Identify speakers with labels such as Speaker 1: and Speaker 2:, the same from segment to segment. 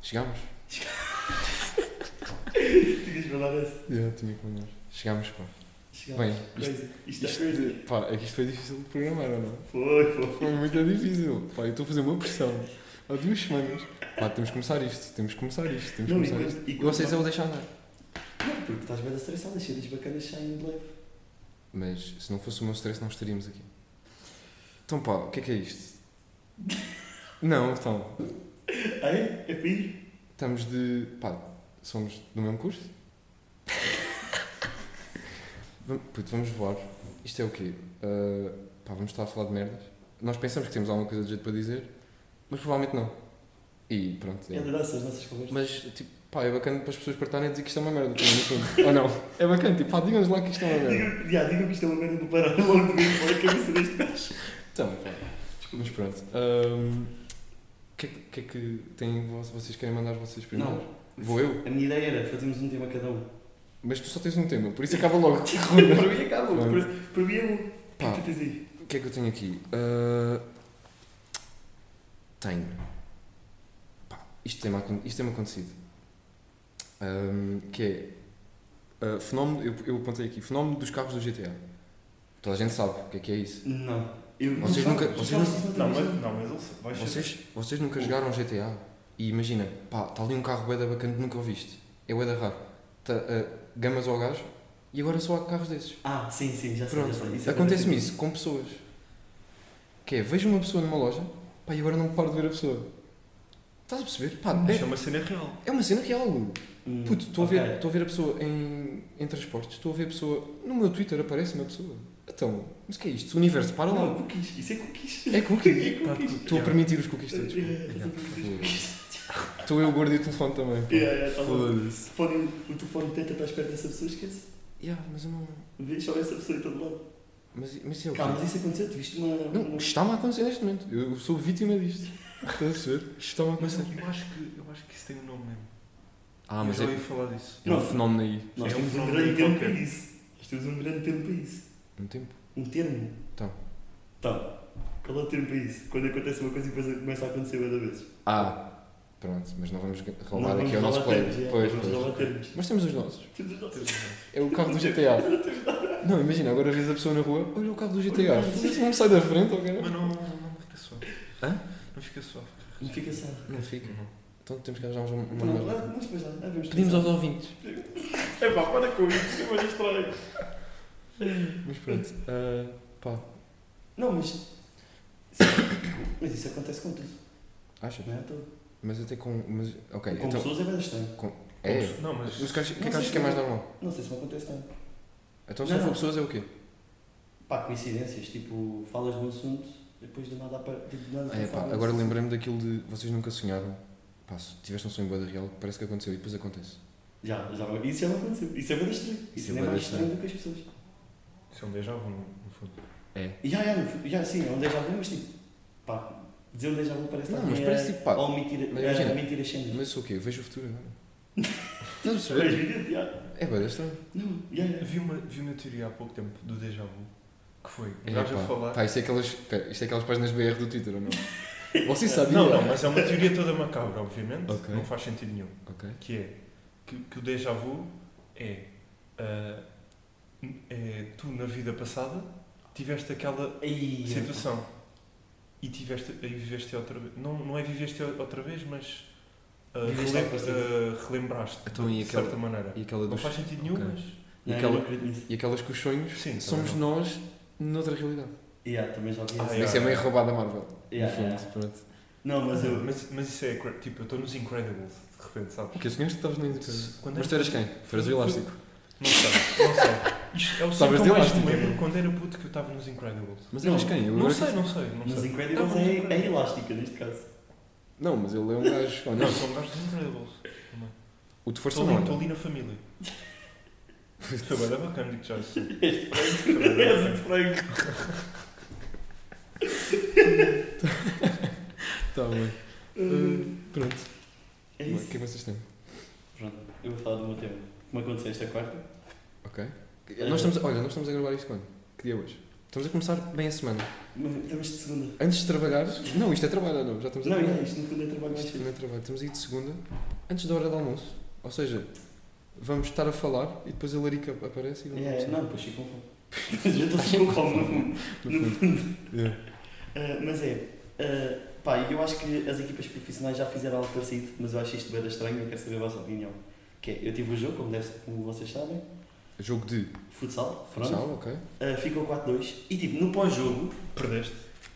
Speaker 1: Chegámos?
Speaker 2: Tinhas mandado essa.
Speaker 1: Eu tinha que mandar. Chegámos, pá.
Speaker 2: Chegámos.
Speaker 1: Bem,
Speaker 2: Crazy. é Isto é
Speaker 1: isto-
Speaker 2: crazy.
Speaker 1: Pá, é que isto foi difícil de programar, ou não?
Speaker 2: Foi, foi.
Speaker 1: Foi muito difícil. Pá, eu estou a fazer uma pressão. Há duas semanas. Pá, temos que começar isto, temos que começar isto, temos que
Speaker 2: Não, e
Speaker 1: começar
Speaker 2: quando-
Speaker 1: isto.
Speaker 2: e
Speaker 1: E
Speaker 2: quando-
Speaker 1: vocês eu vou deixar andar.
Speaker 2: Não, porque estás bem estressado, as cenas bacanas saem de leve.
Speaker 1: Mas se não fosse o meu stress, não estaríamos aqui. Então, pá, o que é que é isto? Não, então,
Speaker 2: Ai, é para ir?
Speaker 1: estamos de. pá, somos do mesmo curso? Vamos, puto, vamos voar. Isto é o quê? Ah, pá, vamos estar a falar de merdas. Nós pensamos que temos alguma coisa de jeito para dizer, mas provavelmente não. E pronto.
Speaker 2: É
Speaker 1: é-
Speaker 2: verdade, as nossas conversas.
Speaker 1: Mas, tipo, pá, é bacana para as pessoas partarem a dizer que isto é uma merda, também, no fundo. Ou não? É bacana, tipo, pá, digam-nos lá que isto é uma merda.
Speaker 2: Diga-me já, diga-me que isto é uma merda para parar logo de ver fora a cabeça deste gajo.
Speaker 1: Então, pá, mas pronto. Ahm, O que, é que- o que é que têm, vo- vocês querem mandar vocês primeiro?
Speaker 2: Não.
Speaker 1: Vou eu?
Speaker 2: A minha ideia era fazermos um tema cada um.
Speaker 1: Mas tu só tens um tema, por isso acaba logo.
Speaker 2: para mim acaba,
Speaker 1: Pronto.
Speaker 2: para, para mim é bom. O que é que
Speaker 1: Pá,
Speaker 2: tu tens aí?
Speaker 1: o que é que eu tenho aqui? Ah, tenho. Pá, isto tem-me acon- isto tem-me acontecido. Ahm, que é. ah, fenómeno, eu, eu apontei aqui, fenómeno dos carros do GTA. Toda a gente sabe o que é que é isso.
Speaker 2: Não. Eu,
Speaker 1: Vocês
Speaker 2: não
Speaker 1: nunca-
Speaker 2: sabes,
Speaker 1: vocês
Speaker 2: sabes isso outra
Speaker 3: Não, mas,
Speaker 2: vez?
Speaker 3: não, mas ele só- vai ser.
Speaker 1: Vocês, vocês nunca jogaram GTA? E imagina, pá, está ali um carro bué da bacana que nunca ouviste. É bué da raro. Tá, ah, gamas ao gajo e agora só há carros desses.
Speaker 2: Ah, sim, sim, já sei.
Speaker 1: Pronto,
Speaker 2: já sei. Isso é
Speaker 1: acontece-me
Speaker 2: acontece.
Speaker 1: isso com pessoas. Que é, vejo uma pessoa numa loja, pá, e agora não paro de ver a pessoa. Estás a perceber? Pá,
Speaker 3: Isto
Speaker 1: é,
Speaker 3: é uma cena real.
Speaker 1: é uma cena real.
Speaker 2: Hum,
Speaker 1: Puto, estou a,
Speaker 2: ok.
Speaker 1: ver- estou a ver a pessoa em, em transportes, estou a ver a pessoa. No meu Twitter aparece-me a pessoa. Então, mas o que é isto? O universo, para
Speaker 2: Não,
Speaker 1: lá.
Speaker 2: cookies. Isso é cookies.
Speaker 1: É tipo- cookies.
Speaker 3: Tá,
Speaker 2: É cookies.
Speaker 1: Estou a permitir os cookies todos.
Speaker 2: Yeah,
Speaker 1: Estou eu gordo e o telefone também. pá.
Speaker 2: yeah, yeah, tá bom.
Speaker 1: Foda-se.
Speaker 2: Telefone- O telefone tenta estar perto dessa pessoa, esquece.
Speaker 1: Yeah, mas eu não.
Speaker 2: Vê só essa pessoa em todo lado.
Speaker 1: Mas, mas é o quê?
Speaker 2: Calma, mas isso aconteceu, tu viste uma.
Speaker 1: Não,
Speaker 2: uma-
Speaker 1: está-me a acontecer neste momento. Eu sou vítima disto. Estás a perceber? Está-me a
Speaker 3: Mas
Speaker 1: acontecer.
Speaker 3: eu acho que, eu acho que isso tem um nome mesmo.
Speaker 1: Ah,
Speaker 3: eu
Speaker 1: mas
Speaker 3: já
Speaker 1: é,
Speaker 3: ouvi falar disso.
Speaker 1: é um fenómeno aí.
Speaker 2: Nós
Speaker 3: É um
Speaker 2: temos um
Speaker 3: fenómeno
Speaker 2: grande tempo
Speaker 3: qualquer.
Speaker 2: para isso. Nós temos um grande tempo para isso.
Speaker 1: Um tempo.
Speaker 2: Um termo.
Speaker 1: Então.
Speaker 2: Então. Qual é o termo para isso? Quando acontece uma coisa e depois começa a acontecer outra vez.
Speaker 1: Ah, pronto, mas não vamos
Speaker 2: Não
Speaker 1: roubar aqui ao nosso
Speaker 2: vamos
Speaker 1: colega.
Speaker 2: rolar termos, é,
Speaker 1: Pois,
Speaker 2: Vamos
Speaker 1: pois.
Speaker 2: rolar termos.
Speaker 1: Mas temos os nossos.
Speaker 2: Temos os nossos.
Speaker 1: É o carro do GTA. Não, imagina, agora vês a pessoa na rua, olha o carro do GTA. Mas não me sai da frente, ok?
Speaker 3: Mas não, não, não fica suave. Não fica suave. Uhum.
Speaker 2: Não fica só.
Speaker 1: Não fica, não. Então temos que arranjar uma uma
Speaker 2: Não,
Speaker 1: merda.
Speaker 2: lá- mas depois lá. lá vemos.
Speaker 1: Pedimos aos ouvintes.
Speaker 2: É pá, para com isso, que eu vou distrair.
Speaker 1: Mas pronto. ah, pá,
Speaker 2: Não, mas. Mas isso acontece com tudo,
Speaker 1: acha?
Speaker 2: não é? à toa.
Speaker 1: Mas até com. Mas, ok,
Speaker 2: com
Speaker 1: então.
Speaker 2: pessoas é bem estranho.
Speaker 1: É.
Speaker 3: Não, mas.
Speaker 1: Mas o que achas- o que é que
Speaker 2: Não sei
Speaker 1: achas que é
Speaker 2: se-
Speaker 1: mais normal?
Speaker 2: Não sei se me acontece tanto.
Speaker 1: Então se
Speaker 2: Não,
Speaker 1: não for
Speaker 2: não.
Speaker 1: pessoas é o quê?
Speaker 2: Pá, coincidências, tipo, falas de um assunto, depois do nada aparece. Tipo, do nada
Speaker 1: Ah, é,
Speaker 2: tu falas
Speaker 1: pá,
Speaker 2: de um
Speaker 1: agora
Speaker 2: assunto.
Speaker 1: lembrei-me daquilo de vocês nunca sonharam. Pá, se tiveste um sonho boa da real, parece que aconteceu e depois acontece.
Speaker 2: Já, já, isso já não aconteceu. Isso é bem estranho.
Speaker 1: Isso
Speaker 2: Isso
Speaker 1: é
Speaker 2: ainda é
Speaker 1: bué
Speaker 2: mais
Speaker 1: estranho.
Speaker 2: estranho do que as pessoas.
Speaker 3: Isso é um déjà vu, no no fundo.
Speaker 1: É.
Speaker 2: Já, já, no fu- já, sim, é um déjà vu, mas tipo, pá, dizer um déjà vu parece
Speaker 1: Não,
Speaker 2: também
Speaker 1: mas parece
Speaker 2: é-
Speaker 1: tipo, pá,
Speaker 2: Ou mentir,
Speaker 1: mas
Speaker 2: é,
Speaker 1: imagina.
Speaker 2: mentir as cenas.
Speaker 1: Mas sou o quê? Eu vejo o futuro agora. Estás a
Speaker 2: Mas,
Speaker 1: perceber?
Speaker 2: evidente, já.
Speaker 1: É boa estranho.
Speaker 2: Não, já, já.
Speaker 3: Vi uma, vi uma teoria há pouco tempo do déjà vu. Que foi.
Speaker 1: É,
Speaker 3: Um gajo a
Speaker 1: pá.
Speaker 3: falar.
Speaker 1: Pá, isto é aquelas. Pera, isto é aquelas páginas BR do Twitter, ou não? Vocês sabiam?
Speaker 3: Não, não, mas é uma teoria toda macabra, obviamente.
Speaker 1: Ok.
Speaker 3: Não faz sentido nenhum.
Speaker 1: Ok.
Speaker 3: que é que, que o déjà vu é, ah, é tu na vida passada tiveste aquela
Speaker 2: Aí, é, pá.
Speaker 3: situação e tiveste e viveste outra vez não, não é viveste outra vez mas ah,
Speaker 2: Viveste
Speaker 3: relem-
Speaker 2: algo parecido.
Speaker 3: ah, relembraste
Speaker 1: Então, e
Speaker 3: de
Speaker 1: aquela-
Speaker 3: certa maneira
Speaker 1: E aquela
Speaker 3: não
Speaker 1: dos.
Speaker 3: faz sentido nenhum
Speaker 1: ok.
Speaker 3: mas
Speaker 1: E
Speaker 2: Não, eu
Speaker 1: aquela-
Speaker 2: não acredito nisso.
Speaker 1: E aquelas que os sonhos
Speaker 3: Sim, também
Speaker 1: somos nós noutra realidade.
Speaker 2: Yeah, também já vi
Speaker 3: Ah,
Speaker 2: essa.
Speaker 3: yeah.
Speaker 1: Isso é meio roubado a Marvel.
Speaker 3: É,
Speaker 1: no
Speaker 2: Yeah,
Speaker 1: fundo,
Speaker 2: yeah.
Speaker 1: pronto.
Speaker 2: Não, mas eu.
Speaker 3: mas, mas isso é cra- tipo eu estou nos Incredibles de repente sabes
Speaker 1: O que sonhaste que estavas na independência?
Speaker 3: Quando é
Speaker 1: Mas
Speaker 3: que-
Speaker 1: tu eras quem? Eras o elástico.
Speaker 3: não sei não sei Isto é o
Speaker 1: Estavas
Speaker 3: sempre
Speaker 1: de
Speaker 3: mais me
Speaker 1: elástico.
Speaker 3: lembro quando era puto que eu estava nos Incredibles
Speaker 1: Mas
Speaker 2: Não,
Speaker 1: eras quem? Eu
Speaker 3: não
Speaker 1: era-
Speaker 3: sei não sei não
Speaker 2: Mas
Speaker 3: sei
Speaker 2: Incredibles
Speaker 3: Não, mas
Speaker 2: é,
Speaker 3: Incredibles-
Speaker 2: é elástica neste caso.
Speaker 1: Não, mas ele é um gajo. Oh,
Speaker 3: não
Speaker 1: não.
Speaker 3: são um gajo dos Incredibles também.
Speaker 1: O de força
Speaker 3: Estou ali,
Speaker 1: não.
Speaker 3: estou ali na família. Foi bem bacana, digo já isso.
Speaker 2: Este Franco. És muito Franco.
Speaker 1: Tá bem. Eh,
Speaker 2: Hum,
Speaker 1: Pronto.
Speaker 2: É
Speaker 1: O
Speaker 2: isso.
Speaker 1: que é que vocês têm?
Speaker 2: Pronto, eu vou falar do meu tema. Como aconteceu esta quarta?
Speaker 1: Ok.
Speaker 2: É.
Speaker 1: Nós estamos, olha, nós estamos a gravar isto quando? Que dia é hoje? Estamos a começar bem a semana.
Speaker 2: Mas Estamos de segunda.
Speaker 1: Antes de trabalhares. Não, isto é trabalho, ou não. Já estamos a
Speaker 2: Não,
Speaker 1: trabalhar.
Speaker 2: é, isto no fundo é trabalho mais
Speaker 1: Isto
Speaker 2: cedo.
Speaker 1: não é trabalho. Estamos aí de segunda, antes da hora do almoço. Ou seja, vamos estar a falar e depois a Larica aparece e vamos
Speaker 2: É,
Speaker 1: almoçar.
Speaker 2: não, depois fico com fome. Já estou sem fome, no fundo.
Speaker 1: No fundo. Yeah.
Speaker 2: Uh, mas é, uh, pá, eu acho que as equipas profissionais já fizeram algo parecido, mas eu acho isto bem estranho e eu quero saber a vossa opinião. Que é, eu tive o jogo, como, deve, como vocês sabem,
Speaker 1: É Jogo de
Speaker 2: futsal, pronto,
Speaker 1: futsal, ok.
Speaker 2: Uh, ficou 4-2 e tipo, no pós-jogo,
Speaker 3: Perdeste.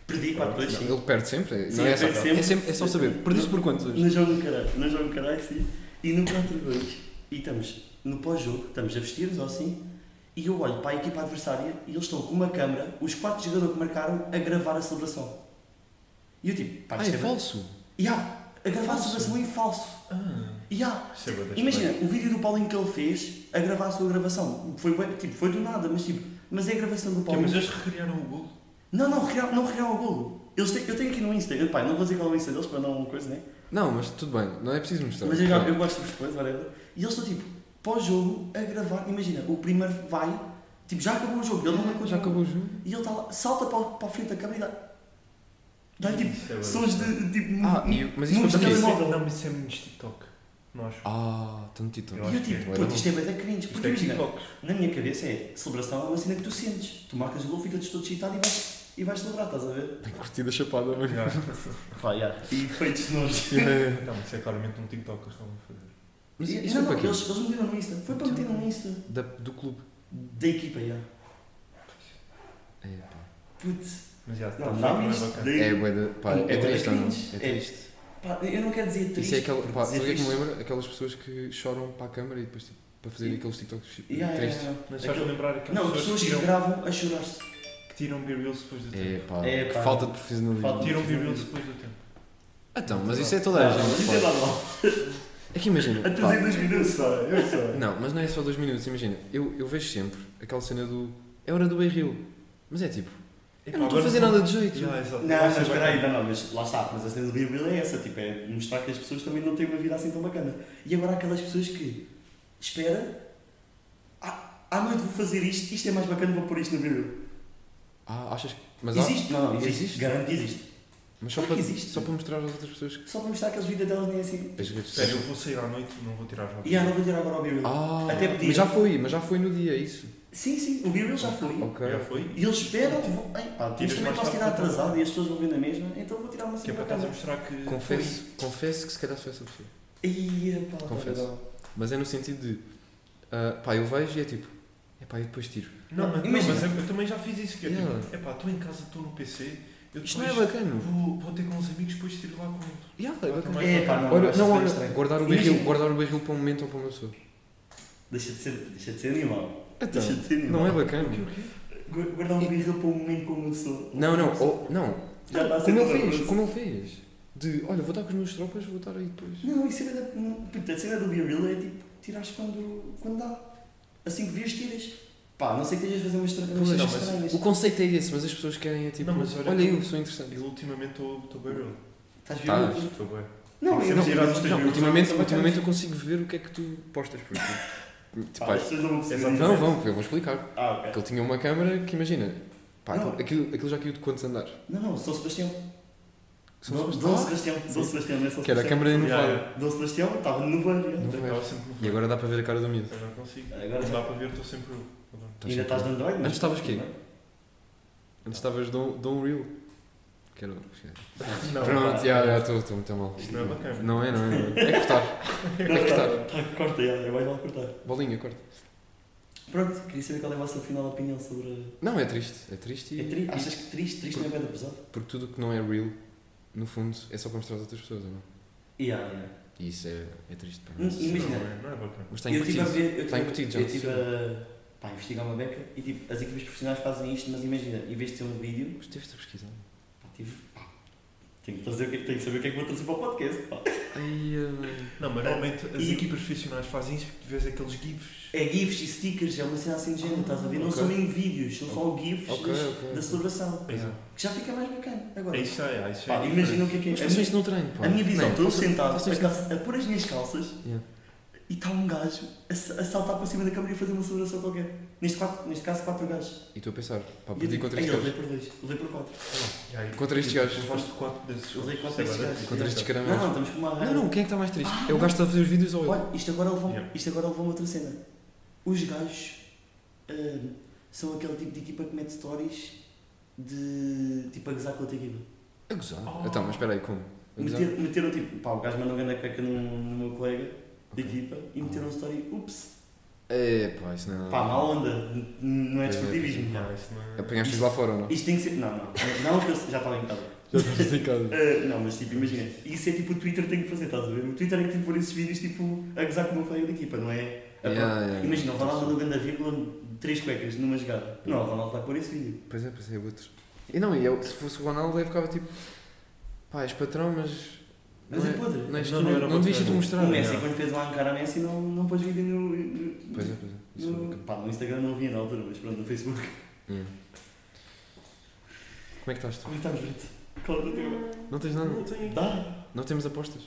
Speaker 2: perdi 4-2,
Speaker 1: Não,
Speaker 2: sim.
Speaker 1: ele perde sempre.
Speaker 2: Sim,
Speaker 1: não é,
Speaker 2: ele
Speaker 1: essa-
Speaker 2: perde sempre.
Speaker 1: é sempre. É só saber. Perdeste por quantos hoje?
Speaker 2: No jogo do é um caralho, no jogo do caralho, sim. E no 4-2, e estamos no pós-jogo, estamos a vestir-nos ou assim, e eu olho para a equipa adversária e eles estão com uma câmara, os quatro jogadores que marcaram, a gravar a celebração. E eu tipo, pá,
Speaker 1: Ah,
Speaker 2: isto
Speaker 1: é
Speaker 2: é bem-
Speaker 1: falso.
Speaker 2: E há, a gravar a celebração em falso.
Speaker 3: Ah,
Speaker 2: E há,
Speaker 3: isso é bué da
Speaker 2: Imagina,
Speaker 3: estranho.
Speaker 2: o vídeo do Paulinho que ele fez a gravar a sua gravação. Foi, bué- tipo, foi do nada, mas tipo, mas é a gravação do
Speaker 3: Ok,
Speaker 2: Paulinho.
Speaker 3: Mas eles recriaram o golo.
Speaker 2: Não, não, real, não real o golo. Eles têm- eu tenho aqui no Insta, eu, pá, não vou dizer qual é o Insta deles para não coisa, né?
Speaker 1: Não, mas tudo bem. Não é preciso mostrar.
Speaker 2: Mas eu, já- eu gosto dos coisas, whatever. E eles estão tipo, pós-jogo, a gravar. Imagina, o primeiro vai, tipo, já acabou o jogo, ele não vai
Speaker 1: Já acabou o jogo.
Speaker 2: E ele está lá, salta para, o- para a frente da câmera e dá. Dá tipo,
Speaker 3: Isso é bué da
Speaker 2: sons
Speaker 3: estranho.
Speaker 2: de. Tipo,
Speaker 1: Ah,
Speaker 2: mov-
Speaker 1: e o- mas isso foi para
Speaker 2: Não, mas
Speaker 3: Não,
Speaker 1: quê?
Speaker 2: aquele-
Speaker 3: isso é-
Speaker 2: telemóvel.
Speaker 3: não, mas isso é muito TikTok. Não acho.
Speaker 1: Ah, tanto título.
Speaker 3: Eu
Speaker 2: e eu
Speaker 3: acho que
Speaker 2: tipo,
Speaker 1: é.
Speaker 2: pronto, isto é tipo, bem da cringe.
Speaker 3: Isto
Speaker 2: Porque
Speaker 3: é
Speaker 2: imagina,
Speaker 3: TikTok.
Speaker 2: Na minha cabeça é celebração é uma cena que tu sentes. Tu marcas o gol, ficas todo excitado e vais, e vais celebrar, estás a ver?
Speaker 1: Tenho curtido a chapada, mas.
Speaker 2: Pá, yeah. E foi desnojo.
Speaker 1: Yeah.
Speaker 3: Não, isso é claramente um TikTok que eles estão a fazer.
Speaker 1: Mas
Speaker 2: E-
Speaker 1: isso
Speaker 2: não,
Speaker 1: foi
Speaker 2: não,
Speaker 1: para quê?
Speaker 2: eles, eles meteram no Insta. Foi para meter no Insta.
Speaker 1: Da- do clube.
Speaker 2: Da equipa, yeah.
Speaker 1: É, pá.
Speaker 2: Putz.
Speaker 3: Mas já,
Speaker 2: Não,
Speaker 3: tá
Speaker 2: não,
Speaker 3: feito,
Speaker 2: isto
Speaker 3: é bacana.
Speaker 2: daí-
Speaker 1: É, bué da- pá,
Speaker 2: É
Speaker 1: é
Speaker 2: bué
Speaker 1: triste,
Speaker 2: da
Speaker 1: ou não?
Speaker 2: cringe.
Speaker 1: É triste.
Speaker 2: Pá, eu não quero dizer
Speaker 1: Isso
Speaker 2: triste.
Speaker 1: é aquela,
Speaker 2: porque
Speaker 1: pá,
Speaker 2: dizer
Speaker 1: sabe o que é que me
Speaker 2: triste-
Speaker 1: lembra? Aquelas pessoas que choram para a câmara e depois tipo, para fazer
Speaker 2: Sim.
Speaker 1: aqueles TikToks tipo,
Speaker 2: Yeah, yeah,
Speaker 1: tristes.
Speaker 2: yeah.
Speaker 3: Mas faz-me
Speaker 2: Aquele-
Speaker 3: lembrar aquelas
Speaker 2: Não,
Speaker 3: pessoas
Speaker 2: pessoas
Speaker 3: que
Speaker 2: que
Speaker 3: tiram,
Speaker 2: gravam a chorar-se.
Speaker 3: que tiram B-Reels depois do tempo.
Speaker 1: É, pá,
Speaker 2: É,
Speaker 1: que
Speaker 2: pá.
Speaker 1: falta de profissionalismo.
Speaker 2: Falta de-
Speaker 3: Tiram B-Reels depois do tempo.
Speaker 1: Então, mas isso é toda a
Speaker 2: Não, mas
Speaker 1: gente.
Speaker 2: Isso é
Speaker 1: pá.
Speaker 2: normal.
Speaker 1: É que imagina.
Speaker 2: Até
Speaker 1: pá,
Speaker 2: dizer dois minutos só. Eu só.
Speaker 1: Não, mas não é só dois minutos, imagina. Eu, eu vejo sempre aquela cena do. É hora do berril. Mas é tipo, eu não estou a fazer nada de jeito.
Speaker 3: Yeah, exato.
Speaker 2: Não,
Speaker 3: Vai
Speaker 2: mas
Speaker 3: ser
Speaker 2: espera
Speaker 3: bacana.
Speaker 2: aí, não, não, mas lá está, mas a cena do Bill é essa, tipo, é mostrar que as pessoas também não têm uma vida assim tão bacana. E agora há aquelas pessoas que, espera, à, à noite vou fazer isto, isto é mais bacana, vou pôr isto no Bill.
Speaker 1: Ah, achas que. Mas, há-
Speaker 2: Existe? Não, não, existe.
Speaker 1: Existe?
Speaker 2: Garanto que existe.
Speaker 1: mas só,
Speaker 2: Claro
Speaker 1: para,
Speaker 2: que existe.
Speaker 1: só para mostrar às outras pessoas que.
Speaker 2: Só para mostrar que as vidas delas nem é assim.
Speaker 1: As redes
Speaker 3: Sério, eu
Speaker 1: sociais-
Speaker 3: vou sair à noite e não vou tirar já.
Speaker 2: E ah, não vou tirar agora o Bill.
Speaker 1: Ah,
Speaker 2: Até podia.
Speaker 1: mas já foi, mas já foi no dia, é isso.
Speaker 2: Sim, sim, o Bill já foi.
Speaker 1: Ok.
Speaker 3: Já foi?
Speaker 2: E eles esperam, vão, ai, pá,
Speaker 3: Tiras
Speaker 2: mas também
Speaker 3: mais
Speaker 2: posso tirar
Speaker 3: rápido.
Speaker 2: atrasado e as pessoas vão ver na mesma, então vou tirar uma
Speaker 3: Que é
Speaker 2: cena
Speaker 3: para estás a
Speaker 2: bacana.
Speaker 3: mostrar que.
Speaker 1: Confesso, confesso que se calhar sou essa pessoa.
Speaker 2: Ia, pá, tá
Speaker 1: Confesso.
Speaker 2: legal.
Speaker 1: Mas é no sentido de. ah, pá, eu vejo e é tipo. É pá, eu depois tiro.
Speaker 3: Não, mas, não,
Speaker 2: Imagina.
Speaker 3: mas eu, eu também já fiz isso. Que é
Speaker 1: Yeah.
Speaker 3: tipo, epá, estou em casa, estou no PC, eu
Speaker 1: Isto não é
Speaker 3: depois
Speaker 1: bacana.
Speaker 3: vou, vou ter com os amigos, depois tiro lá com eles.
Speaker 1: Yeah, é bacana.
Speaker 3: Também
Speaker 2: É, pá, não,
Speaker 1: Olha,
Speaker 2: acho
Speaker 1: não,
Speaker 2: bem
Speaker 1: olha,
Speaker 2: estranho.
Speaker 1: guardar o barril,
Speaker 2: Imagina.
Speaker 1: guardar o barril para um momento ou para uma pessoa.
Speaker 2: Deixa de ser, deixa de ser animal.
Speaker 1: Então,
Speaker 2: deixa de ser animal.
Speaker 1: não é
Speaker 3: O quê,
Speaker 1: bacana.
Speaker 3: o quê?
Speaker 2: Gu- Guardar um vídeo para um momento como eu sou.
Speaker 1: Não, não, ou- não.
Speaker 2: Já está a ser
Speaker 1: Como
Speaker 2: toda
Speaker 1: ele fez,
Speaker 2: coisa.
Speaker 1: como ele fez. De, olha, vou estar com os meus tropas, vou estar aí depois.
Speaker 2: Não, isso é da. não, puta, A cena do Be Real é tipo, tiras quando, quando dá. Assim que vês, tiras. Pá, não sei que estejas a fazer umas tra- umas
Speaker 1: Pois,
Speaker 2: coisas
Speaker 3: não, mas
Speaker 2: estranhas.
Speaker 1: O conceito é esse, mas as pessoas querem é tipo,
Speaker 3: Não, mas
Speaker 1: olha,
Speaker 3: olha-
Speaker 1: eu sou
Speaker 3: Eu
Speaker 1: interessante.
Speaker 3: ultimamente estou estou bem real.
Speaker 2: Estás
Speaker 1: Tá.
Speaker 2: vivo?
Speaker 3: Estou bem.
Speaker 2: Não,
Speaker 3: Tem
Speaker 2: eu
Speaker 3: que
Speaker 1: Não,
Speaker 3: ser tirado dos teus
Speaker 1: não,
Speaker 3: meus
Speaker 1: ultimamente,
Speaker 2: amigos.
Speaker 1: ultimamente eu consigo ver o que é que tu postas por aqui. Tipo,
Speaker 2: Pá, as
Speaker 1: pá,
Speaker 2: pessoas não vão perceber.
Speaker 3: Exato.
Speaker 1: não, vão, eu vou explicar.
Speaker 2: Ah,
Speaker 1: Porque
Speaker 2: ok.
Speaker 1: ele tinha uma câmera que imagina, pá,
Speaker 2: Não.
Speaker 1: aquilo, aquilo já caiu de quantos andares?
Speaker 2: Não, não, sou Sebastião.
Speaker 1: São
Speaker 2: Dom
Speaker 1: pessoas-
Speaker 2: Dom
Speaker 1: Ah,
Speaker 2: Sebastião. Dom Sebastião, não é só
Speaker 1: Que era a
Speaker 2: Sebastião.
Speaker 1: câmera
Speaker 3: Yeah,
Speaker 1: inovada.
Speaker 3: yeah.
Speaker 2: Dom Sebastião estava no banho.
Speaker 1: Não
Speaker 2: yeah.
Speaker 1: vai.
Speaker 3: Estava sempre no fundo.
Speaker 1: E agora dá para ver a cara do miúdo.
Speaker 3: Eu não consigo.
Speaker 2: Agora
Speaker 3: não
Speaker 2: já.
Speaker 3: dá para ver, estou sempre eu.
Speaker 1: Estás
Speaker 2: Ainda
Speaker 1: sempre-
Speaker 2: estás de Android? é? mas-
Speaker 1: Antes estavas É quê? Antes estavas Dom, Dom Real. Que era...
Speaker 3: Não,
Speaker 1: Pronto,
Speaker 2: pá.
Speaker 1: já, já, estou estou muito mal.
Speaker 3: Isto não é bacana.
Speaker 1: Não é, não é. não é. É cortar.
Speaker 2: Não,
Speaker 1: que
Speaker 2: tá, tá, corta, yeah, é mais mal cortar.
Speaker 1: Bolinha, corta.
Speaker 2: Pronto, queria saber qual é a vossa final opinião sobre.
Speaker 1: Não, é triste. É triste e...
Speaker 2: É tri... Achas que triste, triste não é bem pesado?
Speaker 1: Porque tudo o que não é real, no fundo, é só para mostrar às outras pessoas, não é?
Speaker 2: Yeah, yeah.
Speaker 1: E isso é, é triste para
Speaker 2: Hum,
Speaker 1: mim.
Speaker 2: hum. Imagina.
Speaker 3: Não é, não é bacana.
Speaker 1: Mas está
Speaker 2: eu estive a
Speaker 1: incutido.
Speaker 2: ver, eu
Speaker 1: Está
Speaker 2: estive-
Speaker 1: incutido, já
Speaker 2: Eu
Speaker 1: percebi.
Speaker 2: estive a pá, investigar uma beca e tipo, as equipas profissionais fazem isto, mas imagina, em vez de ser um vídeo,
Speaker 1: Mas tiveste a pesquisar.
Speaker 2: pá, tive, pá, tenho que, trazer, o que- tenho que saber o que é que vou trazer para o podcast. Pá.
Speaker 1: Ai, ai.
Speaker 3: Não, mas normalmente as
Speaker 2: E-
Speaker 3: equipas profissionais fazem isso porque tu vês aqueles GIFs.
Speaker 2: É GIFs e stickers, é uma cena assim de género, estás a ver? Não
Speaker 1: ok.
Speaker 2: são em vídeos, são só GIFs
Speaker 1: Ok,
Speaker 2: das-
Speaker 1: ok.
Speaker 2: da celebração.
Speaker 3: Exato.
Speaker 2: Que já fica mais bacana. Agora,
Speaker 3: É isso aí, é isso
Speaker 2: Ah, pá,
Speaker 3: aí.
Speaker 2: imagina o que é que é.
Speaker 1: Mas façam isto no treino, pá.
Speaker 2: A minha visão,
Speaker 1: Não,
Speaker 2: estou
Speaker 1: façam-
Speaker 2: sentado
Speaker 1: façam
Speaker 2: a,
Speaker 1: isto-
Speaker 2: calça- a pôr as minhas calças
Speaker 1: Yeah.
Speaker 2: e está um gajo a, sa- a saltar para cima da câmara e a fazer uma celebração qualquer. Neste, quatro- neste caso, quatro gajos.
Speaker 1: E estou a pensar, pá,
Speaker 2: E eu
Speaker 1: perdi
Speaker 2: digo,
Speaker 1: contra
Speaker 2: "Ei,
Speaker 1: este
Speaker 2: eu levei
Speaker 1: gajo.
Speaker 2: por dois, levei por quatro.
Speaker 3: E aí,
Speaker 1: Contra estes
Speaker 3: tipo,
Speaker 1: gajos.
Speaker 3: Levaste quatro desses.
Speaker 2: Eu levei quatro desses
Speaker 3: sei lá, né? Tipo,
Speaker 1: Contra
Speaker 2: gajos.
Speaker 1: estes
Speaker 2: Não, não,
Speaker 1: caramelos.
Speaker 2: estamos com uma
Speaker 1: Não, não, quem é que está mais triste?
Speaker 2: Ah,
Speaker 1: é o gajo que está a fazer os vídeos ou eu?
Speaker 2: Olha, isto agora levou,
Speaker 3: Yeah.
Speaker 2: isto agora levou a outra cena. Os gajos hum, são aquele tipo de equipa que mete stories de tipo a gozar com a outra equipa.
Speaker 1: A gozar.
Speaker 3: Oh.
Speaker 1: Então, mas espera aí, como? A gozar?
Speaker 2: Meter, meteram tipo, pá, o gajo mandou grande caca no, no meu colega de
Speaker 1: Ok.
Speaker 2: equipa e meteram um story, ups,
Speaker 1: É, pá, isso não é
Speaker 2: pá, má
Speaker 1: nada.
Speaker 2: onda, n- não é
Speaker 1: Pois é,
Speaker 2: desportivismo, pá.
Speaker 3: Não, isso não é-
Speaker 1: Apanhaste-os lá fora ou não?
Speaker 2: Isto tem que ser. Não, não, não, que eu já estava em casa.
Speaker 1: Já estás em casa.
Speaker 2: Ah, não, mas tipo, imagina, isso é tipo o Twitter tem que fazer, estás a ver? O Twitter é que tem que pôr esses vídeos tipo a gozar com o meu colega de equipa, não é? A
Speaker 1: Yeah, yeah.
Speaker 2: Imagina, o Ronaldo no grande vírgula, três cuecas numa jogada. Não, o Ronaldo vai pôr esse vídeo.
Speaker 1: Pois é, pois é, outros. E não, e eu, se fosse o Ronaldo, eu ficava tipo, pá, és patrão, mas.
Speaker 2: Mas
Speaker 1: não
Speaker 2: é podre.
Speaker 1: Não, és
Speaker 3: Não,
Speaker 1: tu,
Speaker 3: não
Speaker 1: não,
Speaker 3: era
Speaker 1: não devias
Speaker 3: patrão.
Speaker 1: te mostrar.
Speaker 2: o Messi,
Speaker 3: não.
Speaker 2: quando fez uma encara a Messi, não, não pôs vídeo no. no-
Speaker 1: Pois é, pois é. Isso foi
Speaker 2: no,
Speaker 1: bacana.
Speaker 2: pá, no Instagram não havia na altura, mas pronto, no Facebook.
Speaker 1: Hum. Como é que estás tu?
Speaker 2: Como é que estás, Brito? Qual é o teu
Speaker 1: Não tens nada?
Speaker 3: Não tenho.
Speaker 2: Dá?
Speaker 1: Não temos apostas?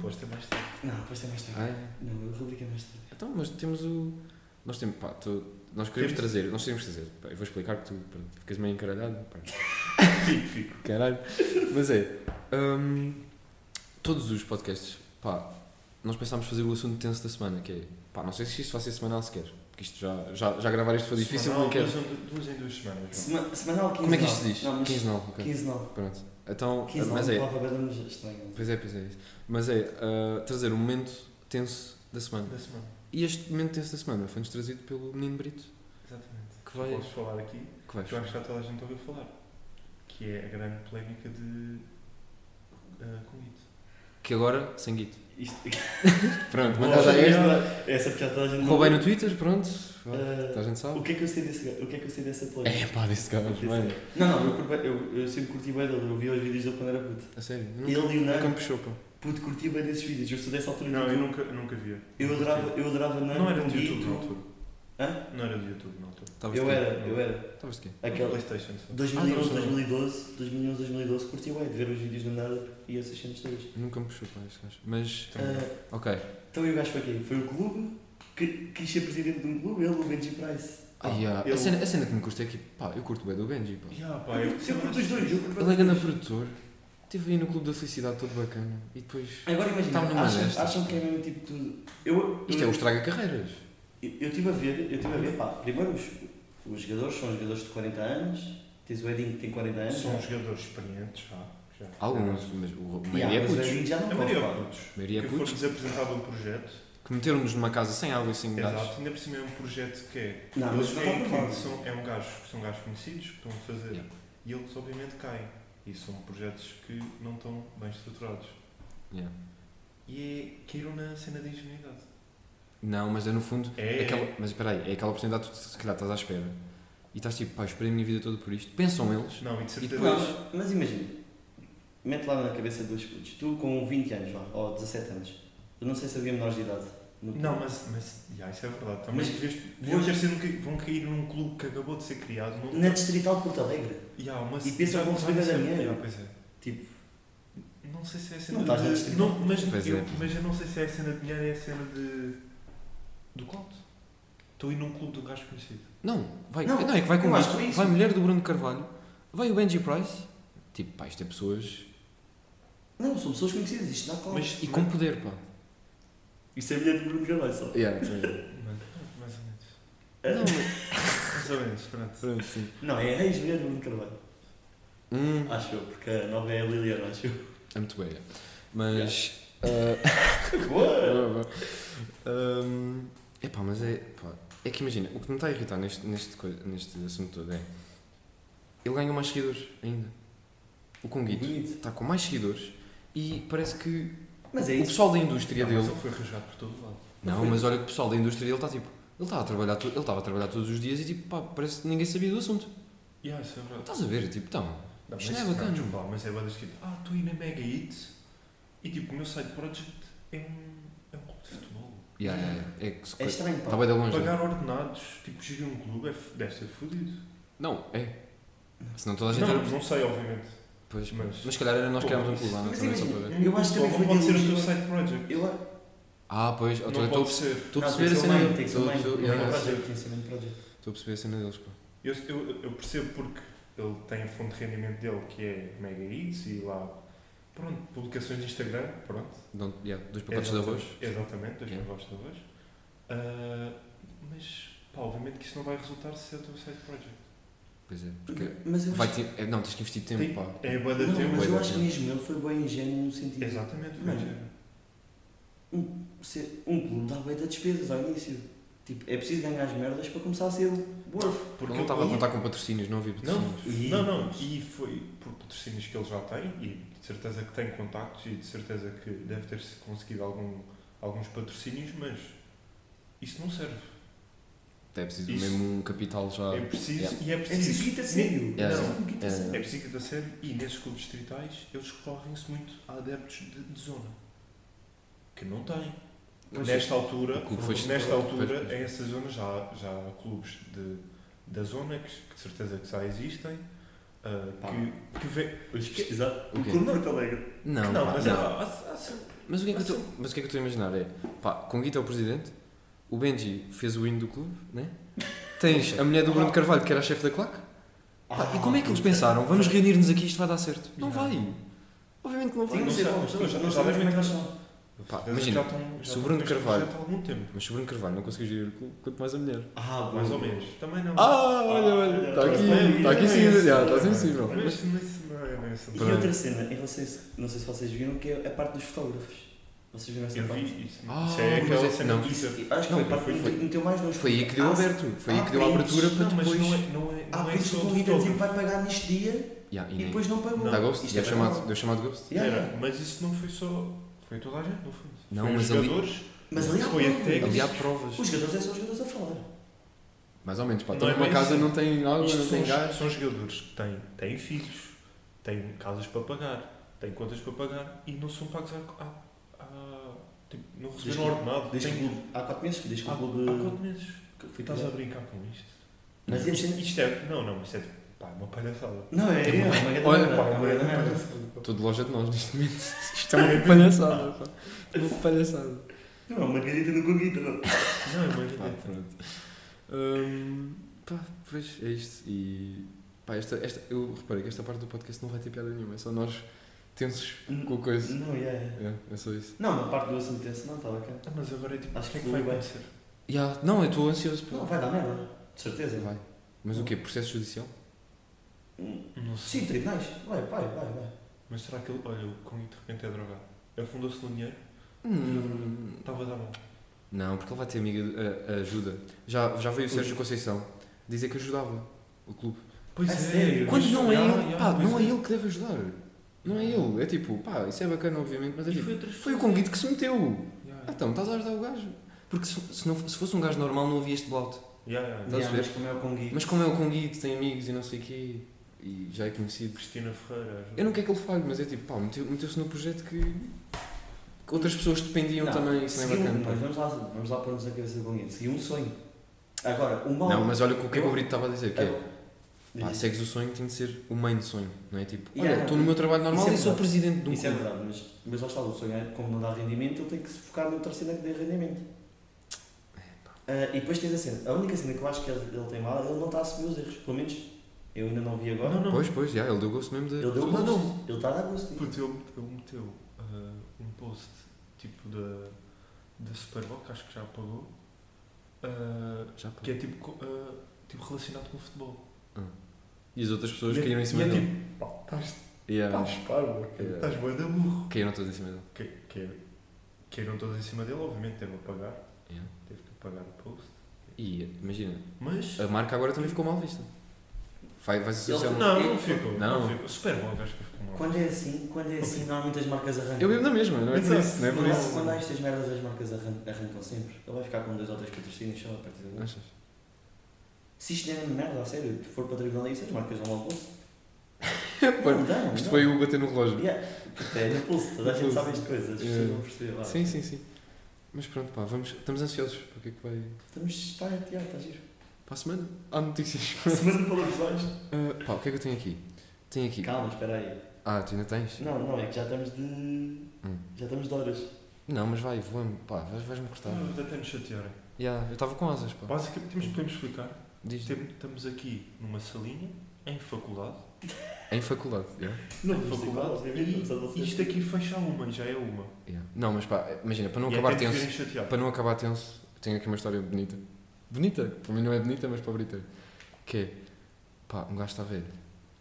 Speaker 3: Pois, tem mais tempo.
Speaker 2: Não, depois é mais tarde.
Speaker 1: Ah, é.
Speaker 2: Não, eu rubrica mais tarde.
Speaker 1: Então, mas temos o. Nós temos, pá, tu- nós queremos
Speaker 3: Temos-
Speaker 1: trazer, nós queremos trazer. Pá, eu vou explicar que tu pá, ficas meio encaralhado. Pá.
Speaker 3: Fico, fico.
Speaker 1: Caralho. Mas é. hum, todos os podcasts, pá, nós pensámos fazer o assunto tenso da semana, que é. Pá, não sei se isto vai ser semanal sequer. Porque isto já, já, já gravar isto foi difícil,
Speaker 3: Semanal,
Speaker 1: não quero.
Speaker 3: duas- Duas em duas semanas.
Speaker 2: Sema- semanal 15.
Speaker 1: Como é que isto se diz?
Speaker 2: Não, mas 15
Speaker 1: Quinzenal, ok.
Speaker 2: não.
Speaker 1: Pronto. Então,
Speaker 2: 15 não,
Speaker 1: mas é.
Speaker 2: Pá, agora nos estranhos.
Speaker 1: Pois é, pois é isso. Mas é, ah, trazer um momento tenso da semana.
Speaker 3: Da semana.
Speaker 1: E este momento tenso da semana foi-nos trazido pelo menino Brito,
Speaker 3: Exatamente.
Speaker 1: que vai.
Speaker 3: Podes falar aqui,
Speaker 1: Que vai
Speaker 3: que eu acho que já toda a gente ouviu falar. Que é a grande polémica de. Uh, convite.
Speaker 1: que agora, sem guito.
Speaker 2: Isto.
Speaker 1: Pronto,
Speaker 2: Não,
Speaker 1: mandar é. já esta.
Speaker 2: esta- Essa piada toda a gente.
Speaker 1: Roubei no Twitter, pronto. Vá,
Speaker 2: Ah,
Speaker 1: toda a gente
Speaker 2: O
Speaker 1: sabe.
Speaker 2: que é que eu sei desse gajo? O que é que eu sei dessa polémica?
Speaker 1: É pá, desse gajo, mano.
Speaker 2: Não, não, eu, curto bué- eu, eu sempre curti bem dele, eu vi os vídeos dele quando era puto.
Speaker 1: A sério. eu Nunca,
Speaker 2: Ele e o
Speaker 1: nunca
Speaker 2: Nan,
Speaker 1: me puxou, pá.
Speaker 2: puto, curti bem desses vídeos, eu sou dessa altura
Speaker 3: Não, eu
Speaker 2: eu,
Speaker 3: nunca, eu nunca via.
Speaker 2: eu adorava, eu adorava Nan,
Speaker 3: Não era
Speaker 2: com
Speaker 3: do YouTube na
Speaker 2: Guito.
Speaker 3: altura.
Speaker 2: Hã?
Speaker 3: Não era do YouTube na altura.
Speaker 1: Estavas
Speaker 2: Eu
Speaker 1: de quê?
Speaker 2: era, eu era.
Speaker 1: Estavas de quê?
Speaker 2: Aquela.
Speaker 3: PlayStation só.
Speaker 2: 2011,
Speaker 1: Ah, não,
Speaker 2: 2012, 2011, 2012, curti bem de ver os vídeos do Nan e essas cenas todas.
Speaker 1: Nunca me puxou, pá, este gajo. Mas,
Speaker 2: Ah,
Speaker 1: ok.
Speaker 2: então e o gajo foi quem? Foi o clube que quis ser presidente de um clube, ele, o Benji Price.
Speaker 1: Ah, yeah.
Speaker 3: eu-
Speaker 1: a, cena, a cena que me custa é que, pá, eu curto bem do Benji, pá.
Speaker 3: Yeah, pá,
Speaker 2: Eu curto- eu curto os dois, eu curto
Speaker 1: Ele é
Speaker 2: bem
Speaker 1: grande
Speaker 2: os dois.
Speaker 1: produtor. Estive aí no Clube da Felicidade, todo bacana. E depois...
Speaker 2: Agora
Speaker 1: Estava
Speaker 2: imagina,
Speaker 1: numa
Speaker 2: acham,
Speaker 1: desta.
Speaker 2: acham que é mesmo tipo tudo. Eu,
Speaker 1: Tá Isto é o Estraga Carreiras.
Speaker 2: Eu eu estive a ver, eu estive a ver, pá, primeiro os, os jogadores são jogadores de 40 anos, tens o Edinho que tem 40 anos.
Speaker 3: São jogadores experientes, já. já.
Speaker 1: Alguns, mas o a
Speaker 2: Yeah,
Speaker 1: maioria é
Speaker 2: mas o
Speaker 1: putos.
Speaker 2: Edinho já
Speaker 3: A
Speaker 2: não pode
Speaker 3: maioria
Speaker 2: pá.
Speaker 3: é putos.
Speaker 1: A maioria é
Speaker 3: Que
Speaker 1: putos.
Speaker 3: foram-nos apresentar um projeto.
Speaker 1: Que meteram-nos numa casa sem água e sem gás.
Speaker 3: Exato. Ainda por cima é um projeto que é.
Speaker 2: Não, Ah, mas
Speaker 3: Eles
Speaker 2: não
Speaker 3: têm
Speaker 2: está provado.
Speaker 3: que são, é um gajo, são gajos conhecidos que estão a fazer
Speaker 1: Yeah.
Speaker 3: e eles obviamente caem. E são projetos que não estão bem estruturados.
Speaker 1: Yeah.
Speaker 3: E é, caíram na cena da ingenuidade.
Speaker 1: Não, mas é no fundo...
Speaker 3: É,
Speaker 1: É aquela, mas espera aí, é aquela oportunidade que tu se calhar estás à espera. E estás tipo, pá, esperei a minha vida toda por isto. Pensam eles.
Speaker 3: Não, e de certeza.
Speaker 1: depois-
Speaker 2: Não, mas imagina, mete lá na cabeça dos putos, tu com 20 anos, vá, ou 17 anos, eu não sei se havia menores de idade. no-
Speaker 3: Não, mas, mas yeah, isso é verdade. Também
Speaker 2: Mas-
Speaker 3: veste-
Speaker 2: vou-
Speaker 3: vão, ter sido que- vão cair num clube que acabou de ser criado. Não,
Speaker 2: Na Distrital de Porto Alegre.
Speaker 3: Yeah, uma-
Speaker 2: E pensa
Speaker 3: já
Speaker 2: como
Speaker 3: não
Speaker 2: se
Speaker 3: vai
Speaker 2: ganha
Speaker 3: ser-
Speaker 2: dinheiro.
Speaker 3: Yeah, pois é.
Speaker 2: Tipo,
Speaker 3: Não sei se é a
Speaker 2: Não
Speaker 3: cena
Speaker 2: estás a
Speaker 3: de.
Speaker 2: distribuir.
Speaker 3: não, mas,
Speaker 1: tá Pois
Speaker 3: eu,
Speaker 1: é.
Speaker 3: mas eu não sei se é a cena de dinheiro, é a cena de. do clout. Estou a ir num clube de um gajo conhecido.
Speaker 1: Não, vai,
Speaker 2: Não,
Speaker 1: não, é que vai
Speaker 2: eu
Speaker 1: com
Speaker 2: acho
Speaker 1: isto.
Speaker 2: que é isso.
Speaker 1: vai a mulher do Bruno Carvalho, vai o Benji Price. Tipo, pá, isto é pessoas.
Speaker 2: não, são pessoas conhecidas, isto dá cola.
Speaker 3: Mas,
Speaker 1: E com poder, pá.
Speaker 2: Isto é mulher de Bruno Carvalho só.
Speaker 1: Yeah, pois
Speaker 3: Mas, mais ou menos.
Speaker 1: é. não,
Speaker 2: Ah,
Speaker 1: mas-
Speaker 3: Mais ou menos, pronto.
Speaker 1: pronto, sim.
Speaker 2: Não, é a ex-mulher de Bruno Carvalho.
Speaker 1: Hum,
Speaker 2: Acho eu, porque a nova é a Liliana, acho eu.
Speaker 1: é muito bem. é. Mas. ah,
Speaker 2: Boa!
Speaker 1: boa, boa. Hum, epá, mas é. Pá, é que imagina, o que me está a irritar neste, neste, coisa- neste assunto todo é. Ele ganhou mais seguidores ainda. O Conguito
Speaker 2: Bonito.
Speaker 1: está com mais seguidores e parece que
Speaker 2: Mas é
Speaker 1: o
Speaker 2: isso.
Speaker 1: pessoal da indústria
Speaker 3: Não,
Speaker 1: dele.
Speaker 3: Ah, mas ele foi rasgado por todo lado.
Speaker 1: Não,
Speaker 2: Foi.
Speaker 1: mas olha que o pessoal da indústria ele está tipo. Ele estava a trabalhar, to- ele estava a trabalhar todos os dias e tipo, pá, parece que ninguém sabia do assunto.
Speaker 3: Yeah, isso é verdade.
Speaker 1: Estás a ver, tipo, então.
Speaker 3: Não,
Speaker 1: Isto não é
Speaker 3: isso-
Speaker 1: bacana.
Speaker 3: desculpa lá, mas é banda escrita. Ah, estou aí na Mega Hit e tipo, o meu side project é um, é um clube de futebol.
Speaker 1: Yeah, yeah, yeah, é que se
Speaker 2: É
Speaker 1: coisa-
Speaker 2: estranho, pá.
Speaker 1: Está bem de longe. né?
Speaker 3: Pagar ordenados, tipo, gerir um clube é f- deve ser fodido.
Speaker 1: Não, é. Senão toda a gente
Speaker 3: Não,
Speaker 1: era.
Speaker 3: não sei, obviamente.
Speaker 1: Pois,
Speaker 3: mas-
Speaker 1: mas se calhar era nós
Speaker 3: Pô,
Speaker 1: criámos um
Speaker 3: isso-
Speaker 1: clube lá, não
Speaker 2: mas
Speaker 3: Um
Speaker 1: também só para
Speaker 2: imagina-
Speaker 1: ver.
Speaker 2: Eu acho que
Speaker 3: Só
Speaker 2: também foi
Speaker 3: pode ser o
Speaker 2: de
Speaker 3: teu
Speaker 2: elogio.
Speaker 3: side project.
Speaker 2: Eu,
Speaker 1: Ah, pois, eu estou
Speaker 3: Não
Speaker 1: estou a
Speaker 3: pode
Speaker 1: perce-
Speaker 3: ser.
Speaker 1: estou a
Speaker 2: Não, tem
Speaker 1: perceber a
Speaker 2: que ser
Speaker 1: cena
Speaker 2: mãe,
Speaker 1: deles.
Speaker 2: tem que ser
Speaker 1: Estou
Speaker 2: mãe,
Speaker 1: estou-
Speaker 2: tem um
Speaker 1: assim, yeah, yeah.
Speaker 2: projeto, tem que ser um projeto.
Speaker 1: Estou a perceber a cena deles, pá.
Speaker 3: Eu, eu, eu percebo porque ele tem a fonte de rendimento dele que é Mega Hits e lá, pronto, publicações de Instagram, pronto.
Speaker 1: Dão- yeah, dois pacotes de
Speaker 3: É, Exatamente,
Speaker 1: arroz.
Speaker 3: Exatamente, dois
Speaker 1: Yeah.
Speaker 3: pacotes de arroz. Ah, mas, pá, obviamente que isso não vai resultar se é o teu side project.
Speaker 1: Pois é, porque
Speaker 2: Mas eu
Speaker 1: vai
Speaker 2: acho-
Speaker 1: te- é, não, tens que investir tempo,
Speaker 3: Tem-
Speaker 1: pá.
Speaker 3: É boa da
Speaker 2: Não,
Speaker 3: tempo.
Speaker 2: mas
Speaker 1: Bué
Speaker 2: eu
Speaker 1: da
Speaker 2: acho
Speaker 1: tempo.
Speaker 2: mesmo, ele foi bem ingênuo no sentido.
Speaker 3: Exatamente,
Speaker 2: Mano,
Speaker 3: veja.
Speaker 2: Ser um clube dá bem de despesas ao início. Tipo, é preciso ganhar as merdas para começar a ser worth.
Speaker 1: Porque
Speaker 3: Porque
Speaker 1: eu não estava a
Speaker 3: ele-
Speaker 1: contar com patrocínios, não havia
Speaker 3: Não,
Speaker 1: patrocínios.
Speaker 2: E-
Speaker 3: não, não, e foi por patrocínios que ele já tem e de certeza que tem contactos e de certeza que deve ter conseguido algum, alguns patrocínios, mas isso não serve.
Speaker 1: É preciso
Speaker 3: Isso.
Speaker 1: mesmo um capital já.
Speaker 3: é preciso
Speaker 1: yeah.
Speaker 3: e é
Speaker 2: É preciso
Speaker 3: preciso.
Speaker 2: guita sério.
Speaker 1: É,
Speaker 2: É
Speaker 1: é,
Speaker 2: preciso um guita
Speaker 1: é.
Speaker 3: É
Speaker 2: sério.
Speaker 3: preciso que sério e nesses clubes distritais eles recorrem-se muito a adeptos de, de zona. Que não têm.
Speaker 2: Pois é.
Speaker 3: nesta altura,
Speaker 1: O clube foi-
Speaker 3: nesta altura,
Speaker 1: pois, pois.
Speaker 3: em essa zona já, há- já há clubes de, da zona que, que de certeza que já existem. ah,
Speaker 1: Tá.
Speaker 2: Pá.
Speaker 3: que, que vê,
Speaker 2: Hoje pesquisar.
Speaker 1: O
Speaker 2: O
Speaker 1: quê?
Speaker 2: clube Norte Alegre.
Speaker 1: Não,
Speaker 3: não,
Speaker 1: pá,
Speaker 3: mas é
Speaker 1: não.
Speaker 3: há- há- há sempre-
Speaker 1: Mas o que é que eu estou- mas o que é que eu estou a imaginar é, pá, com Guita é o presidente, o Benji fez o hino do clube, né? Tens a mulher do Bruno Carvalho, que era a chefe da claque. Pá, e como é que eles pensaram? Vamos reunir-nos aqui, isto vai dar certo. Não
Speaker 3: Não.
Speaker 1: vai. Obviamente que não
Speaker 2: Não,
Speaker 1: vai.
Speaker 2: não sei, mas
Speaker 3: Não, já-
Speaker 2: não
Speaker 3: já
Speaker 2: sabemos como é que eles são.
Speaker 1: Pá,
Speaker 3: Às vezes
Speaker 1: imagina,
Speaker 3: já estão- já
Speaker 1: se o
Speaker 3: estão
Speaker 1: Bruno
Speaker 3: neste
Speaker 1: Carvalho-
Speaker 3: projeto há algum tempo.
Speaker 1: Mas se o Bruno Carvalho não conseguiu gerir o clube, quanto mais a mulher.
Speaker 2: Ah,
Speaker 3: Mais
Speaker 2: bom.
Speaker 3: ou menos. Também não.
Speaker 1: Ah, olha, olha, está aqui, está aqui sim, tá está sim, sim, bro.
Speaker 3: Mas
Speaker 1: Mas-
Speaker 3: isso não isso não é bem assim.
Speaker 2: E
Speaker 1: Pronto.
Speaker 2: outra cena, eu não sei, se, não sei se vocês viram, que é a parte dos fotógrafos. Vocês viram essa
Speaker 3: Eu
Speaker 2: parte?
Speaker 3: vi isso.
Speaker 1: Ah, mas
Speaker 3: Isso é
Speaker 1: é-
Speaker 3: aquela cena
Speaker 1: não.
Speaker 3: do
Speaker 2: Isso,
Speaker 3: Twitter.
Speaker 2: acho que
Speaker 1: Não,
Speaker 2: foi a parte
Speaker 1: foi-
Speaker 2: que
Speaker 1: foi-
Speaker 2: meteu mais longe.
Speaker 1: Foi aí que deu
Speaker 2: Ah,
Speaker 1: aberto. Foi aí que deu a
Speaker 2: há
Speaker 1: abertura
Speaker 2: prints,
Speaker 1: para
Speaker 3: Não, mas
Speaker 1: Então depois. Ah,
Speaker 3: não é, não é,
Speaker 2: Há
Speaker 3: não é
Speaker 2: países
Speaker 3: só
Speaker 2: que
Speaker 3: do
Speaker 2: o líder
Speaker 1: tipo-
Speaker 2: dizia que
Speaker 3: fotógrafo.
Speaker 2: vai pagar neste dia
Speaker 1: Yeah, e
Speaker 2: e
Speaker 1: nem-
Speaker 2: depois não pagou.
Speaker 1: Está Ghost?
Speaker 2: Isto
Speaker 1: Deu
Speaker 2: é
Speaker 1: chamado,
Speaker 2: verdade.
Speaker 1: deu chamado Ghost?
Speaker 2: Yeah.
Speaker 3: Era, mas isso não foi só. Foi toda a gente, no fundo.
Speaker 1: Não,
Speaker 3: foi
Speaker 1: mas
Speaker 3: os
Speaker 1: ali-
Speaker 3: jogadores,
Speaker 2: Mas ali há
Speaker 3: foi
Speaker 2: provas.
Speaker 3: até
Speaker 1: Ali há provas.
Speaker 2: Os jogadores é só os jogadores a falar.
Speaker 1: Mais ou menos, pá.
Speaker 3: Não
Speaker 1: Estão
Speaker 3: é
Speaker 1: numa
Speaker 3: bem
Speaker 1: casa,
Speaker 3: assim.
Speaker 1: não tem água,
Speaker 3: Isto
Speaker 1: não tem
Speaker 3: são,
Speaker 1: gás.
Speaker 3: são jogadores que têm, têm filhos, têm casas para pagar, têm contas para pagar e não são pagos a. a, a tipo, não receberam
Speaker 2: Desde-
Speaker 3: ordenado.
Speaker 2: Desde que o
Speaker 3: têm,
Speaker 2: clube- há 4 meses que desde que
Speaker 3: há,
Speaker 2: o
Speaker 3: há
Speaker 2: clube.
Speaker 3: quatro meses.
Speaker 2: que foi
Speaker 3: Estás a
Speaker 2: criado.
Speaker 3: brincar com isto?
Speaker 2: Mas
Speaker 3: Isto,
Speaker 2: este-
Speaker 3: isto é. Não, não, isto é pá, uma palhaçada.
Speaker 2: Não, é, é uma grande
Speaker 1: Olha,
Speaker 2: merda,
Speaker 1: pá,
Speaker 2: é uma grande merda.
Speaker 1: Estou de loja de nós neste momento. Isto é uma palhaçada, pá. Uma palhaçada.
Speaker 2: Não, é uma garita no Guguita.
Speaker 3: Não, é uma
Speaker 1: Pá,
Speaker 3: ideia.
Speaker 1: pronto. Hum, pá, pois é isto. E pá, esta, esta, eu reparei que esta parte do podcast não vai ter piada nenhuma, é só nós tensos com a coisa.
Speaker 2: Não, é, é.
Speaker 1: É, é só isso.
Speaker 2: Não, a parte do assunto desse não tá está bacana.
Speaker 3: Ah, Mas agora é tipo,
Speaker 2: Acho
Speaker 3: o que é
Speaker 2: que
Speaker 3: que vai
Speaker 2: foi bem.
Speaker 3: acontecer?
Speaker 1: Ya, não, eu estou ansioso. pá.
Speaker 2: Não, vai dar merda. De certeza.
Speaker 1: Vai. Mas o quê? Processo judicial?
Speaker 2: Hum,
Speaker 3: Não sei.
Speaker 2: Sim, tribunais. Vai, vai, vai, vai.
Speaker 3: Mas será que ele. Olha, o Kong de repente é drogado. Afundou-se no dinheiro,
Speaker 1: Hum,
Speaker 3: estava a dar mal.
Speaker 2: É
Speaker 1: não, porque ele vai ter amiga, a- a ajuda. Já, já veio o Sérgio Conceição dizer que ajudava o clube.
Speaker 3: Pois
Speaker 2: A sério?
Speaker 1: Quando
Speaker 3: mas-
Speaker 1: não é
Speaker 3: Ah,
Speaker 1: ele,
Speaker 3: ah,
Speaker 1: pá,
Speaker 3: pois
Speaker 1: não é ele que deve ajudar. Não é ele. É tipo, pá, isso é bacana, obviamente, mas é
Speaker 3: E
Speaker 1: tipo,
Speaker 3: foi outras
Speaker 1: foi o Conguito que se meteu.
Speaker 3: Yeah,
Speaker 1: Ah, então, estás a ajudar o gajo. Porque se, se não, se fosse um gajo normal não havia este blout.
Speaker 3: yeah, yeah.
Speaker 1: Estás a ver?
Speaker 2: mas como é o Conguito.
Speaker 1: Mas como é o Conguito, tem amigos e não sei o quê, e já é conhecido.
Speaker 3: Cristina Ferreira.
Speaker 1: Eu não quero que ele falhe, mas é tipo, pá, meteu- meteu-se num projeto que, que outras pessoas dependiam
Speaker 2: Não,
Speaker 1: também, isso não é
Speaker 2: seguiu- um
Speaker 1: bacana,
Speaker 2: mas
Speaker 1: pá.
Speaker 2: vamos lá, vamos lá pôr-nos na cabeça do Conguito. Seguiu um sonho. Agora, o mal.
Speaker 1: Não, mas olha o que é que o Brito estava a dizer, que é, pá, é
Speaker 2: Diz.
Speaker 1: segues o sonho, tem de ser o main sonho, não é tipo, olha,
Speaker 2: Yeah,
Speaker 1: estou no meu trabalho normal
Speaker 2: isso é
Speaker 1: e sou
Speaker 2: verdade.
Speaker 1: presidente de um
Speaker 2: Isso é
Speaker 1: clube.
Speaker 2: verdade, mas, mas lá está, o sonho é como não dá rendimento, ele tem que se focar noutra cena que dê rendimento. Ah, e depois tens a cena, a única cena que eu acho que ele, ele tem mal, é ele não está a assumir os erros, pelo menos eu ainda não vi agora.
Speaker 3: Não, não.
Speaker 1: Pois, pois, já, ele deu gosto mesmo de...
Speaker 2: Ele deu
Speaker 3: Não,
Speaker 2: gosto,
Speaker 3: não.
Speaker 2: ele está a dar gosto.
Speaker 3: Puto, ele, ele meteu ah, um post tipo da, da Superboc, acho que já apagou, ah,
Speaker 1: Já, pá.
Speaker 3: que é tipo, co- ah, tipo relacionado com o futebol.
Speaker 1: E as outras pessoas
Speaker 3: E é-
Speaker 1: caíram em cima
Speaker 3: e é
Speaker 1: dele.
Speaker 3: tipo, pá, estás-
Speaker 1: Yeah, mas é.
Speaker 3: Estás parvo, ok?
Speaker 1: Yeah.
Speaker 3: estás boi da burro.
Speaker 1: Caíram todos em cima dele.
Speaker 3: Que, que, caíram todos em cima dele, obviamente teve a pagar,
Speaker 1: Yeah.
Speaker 3: teve que apagar o post.
Speaker 1: E imagina,
Speaker 3: Mas.
Speaker 1: a marca agora também ficou mal vista. Vai, vai se associar
Speaker 2: Ele-
Speaker 1: a É, um-
Speaker 3: Não, não ficou.
Speaker 1: Não.
Speaker 3: Não ficou. Superboc, acho que ficou mal.
Speaker 2: Quando é assim, quando é assim, normalmente as marcas arrancam.
Speaker 1: Eu bebo na mesma, não é por
Speaker 3: Exato.
Speaker 1: isso, não é por
Speaker 2: Quando há-
Speaker 1: isso.
Speaker 2: Quando há estas merdas, as marcas arran- arrancam sempre. Ele vai ficar com dois ou três patrocínios só a partir de agora.
Speaker 1: Achas?
Speaker 2: Se isto é merda, a sério, se for para tribunal isso, as marcas vão ao bolso.
Speaker 1: Pois,
Speaker 2: Não dão,
Speaker 1: Isto
Speaker 2: não.
Speaker 1: foi o bater no relógio.
Speaker 2: Yeah. É no pulso, toda a gente sabe as coisas, as pessoas vão perceber. vá.
Speaker 1: É. Sim, sim, sim. Mas pronto, pá, vamos, estamos ansiosos para o que é que vai.
Speaker 2: Estamos, está, está, está giro.
Speaker 1: Para a semana? Há notícias.
Speaker 2: Semana falamos mais.
Speaker 1: Ah, pá, o que é que eu tenho aqui? Tenho aqui.
Speaker 2: Calma, espera aí.
Speaker 1: Ah, tu ainda tens?
Speaker 2: Não, não, é que já estamos de.
Speaker 1: Hum.
Speaker 2: Já estamos de horas.
Speaker 1: Não, mas vai, voa-me, pá, vais- vais-me cortar.
Speaker 3: Estamos até nos chatearem.
Speaker 1: Yeah, eu estava com asas, pá.
Speaker 3: Basicamente, temos, podemos explicar.
Speaker 1: Diz,
Speaker 3: Tem- Estamos aqui numa salinha, em faculdade.
Speaker 1: em faculdade, yeah.
Speaker 2: Não,
Speaker 3: em
Speaker 2: mas igual,
Speaker 3: faculdade.
Speaker 2: obviamente, vamos a vocês.
Speaker 3: E isto aqui fecha uma e já é uma.
Speaker 1: yeah. Não, mas pá, eh, imagina, para não
Speaker 3: E é
Speaker 1: acabar
Speaker 3: até nos
Speaker 1: tenso,
Speaker 3: virem chatear.
Speaker 1: Para não acabar tenso, tenho aqui uma história bonita. Bonita? Para mim não é bonita, mas para o Brita. Que é, pá, um gajo está velho.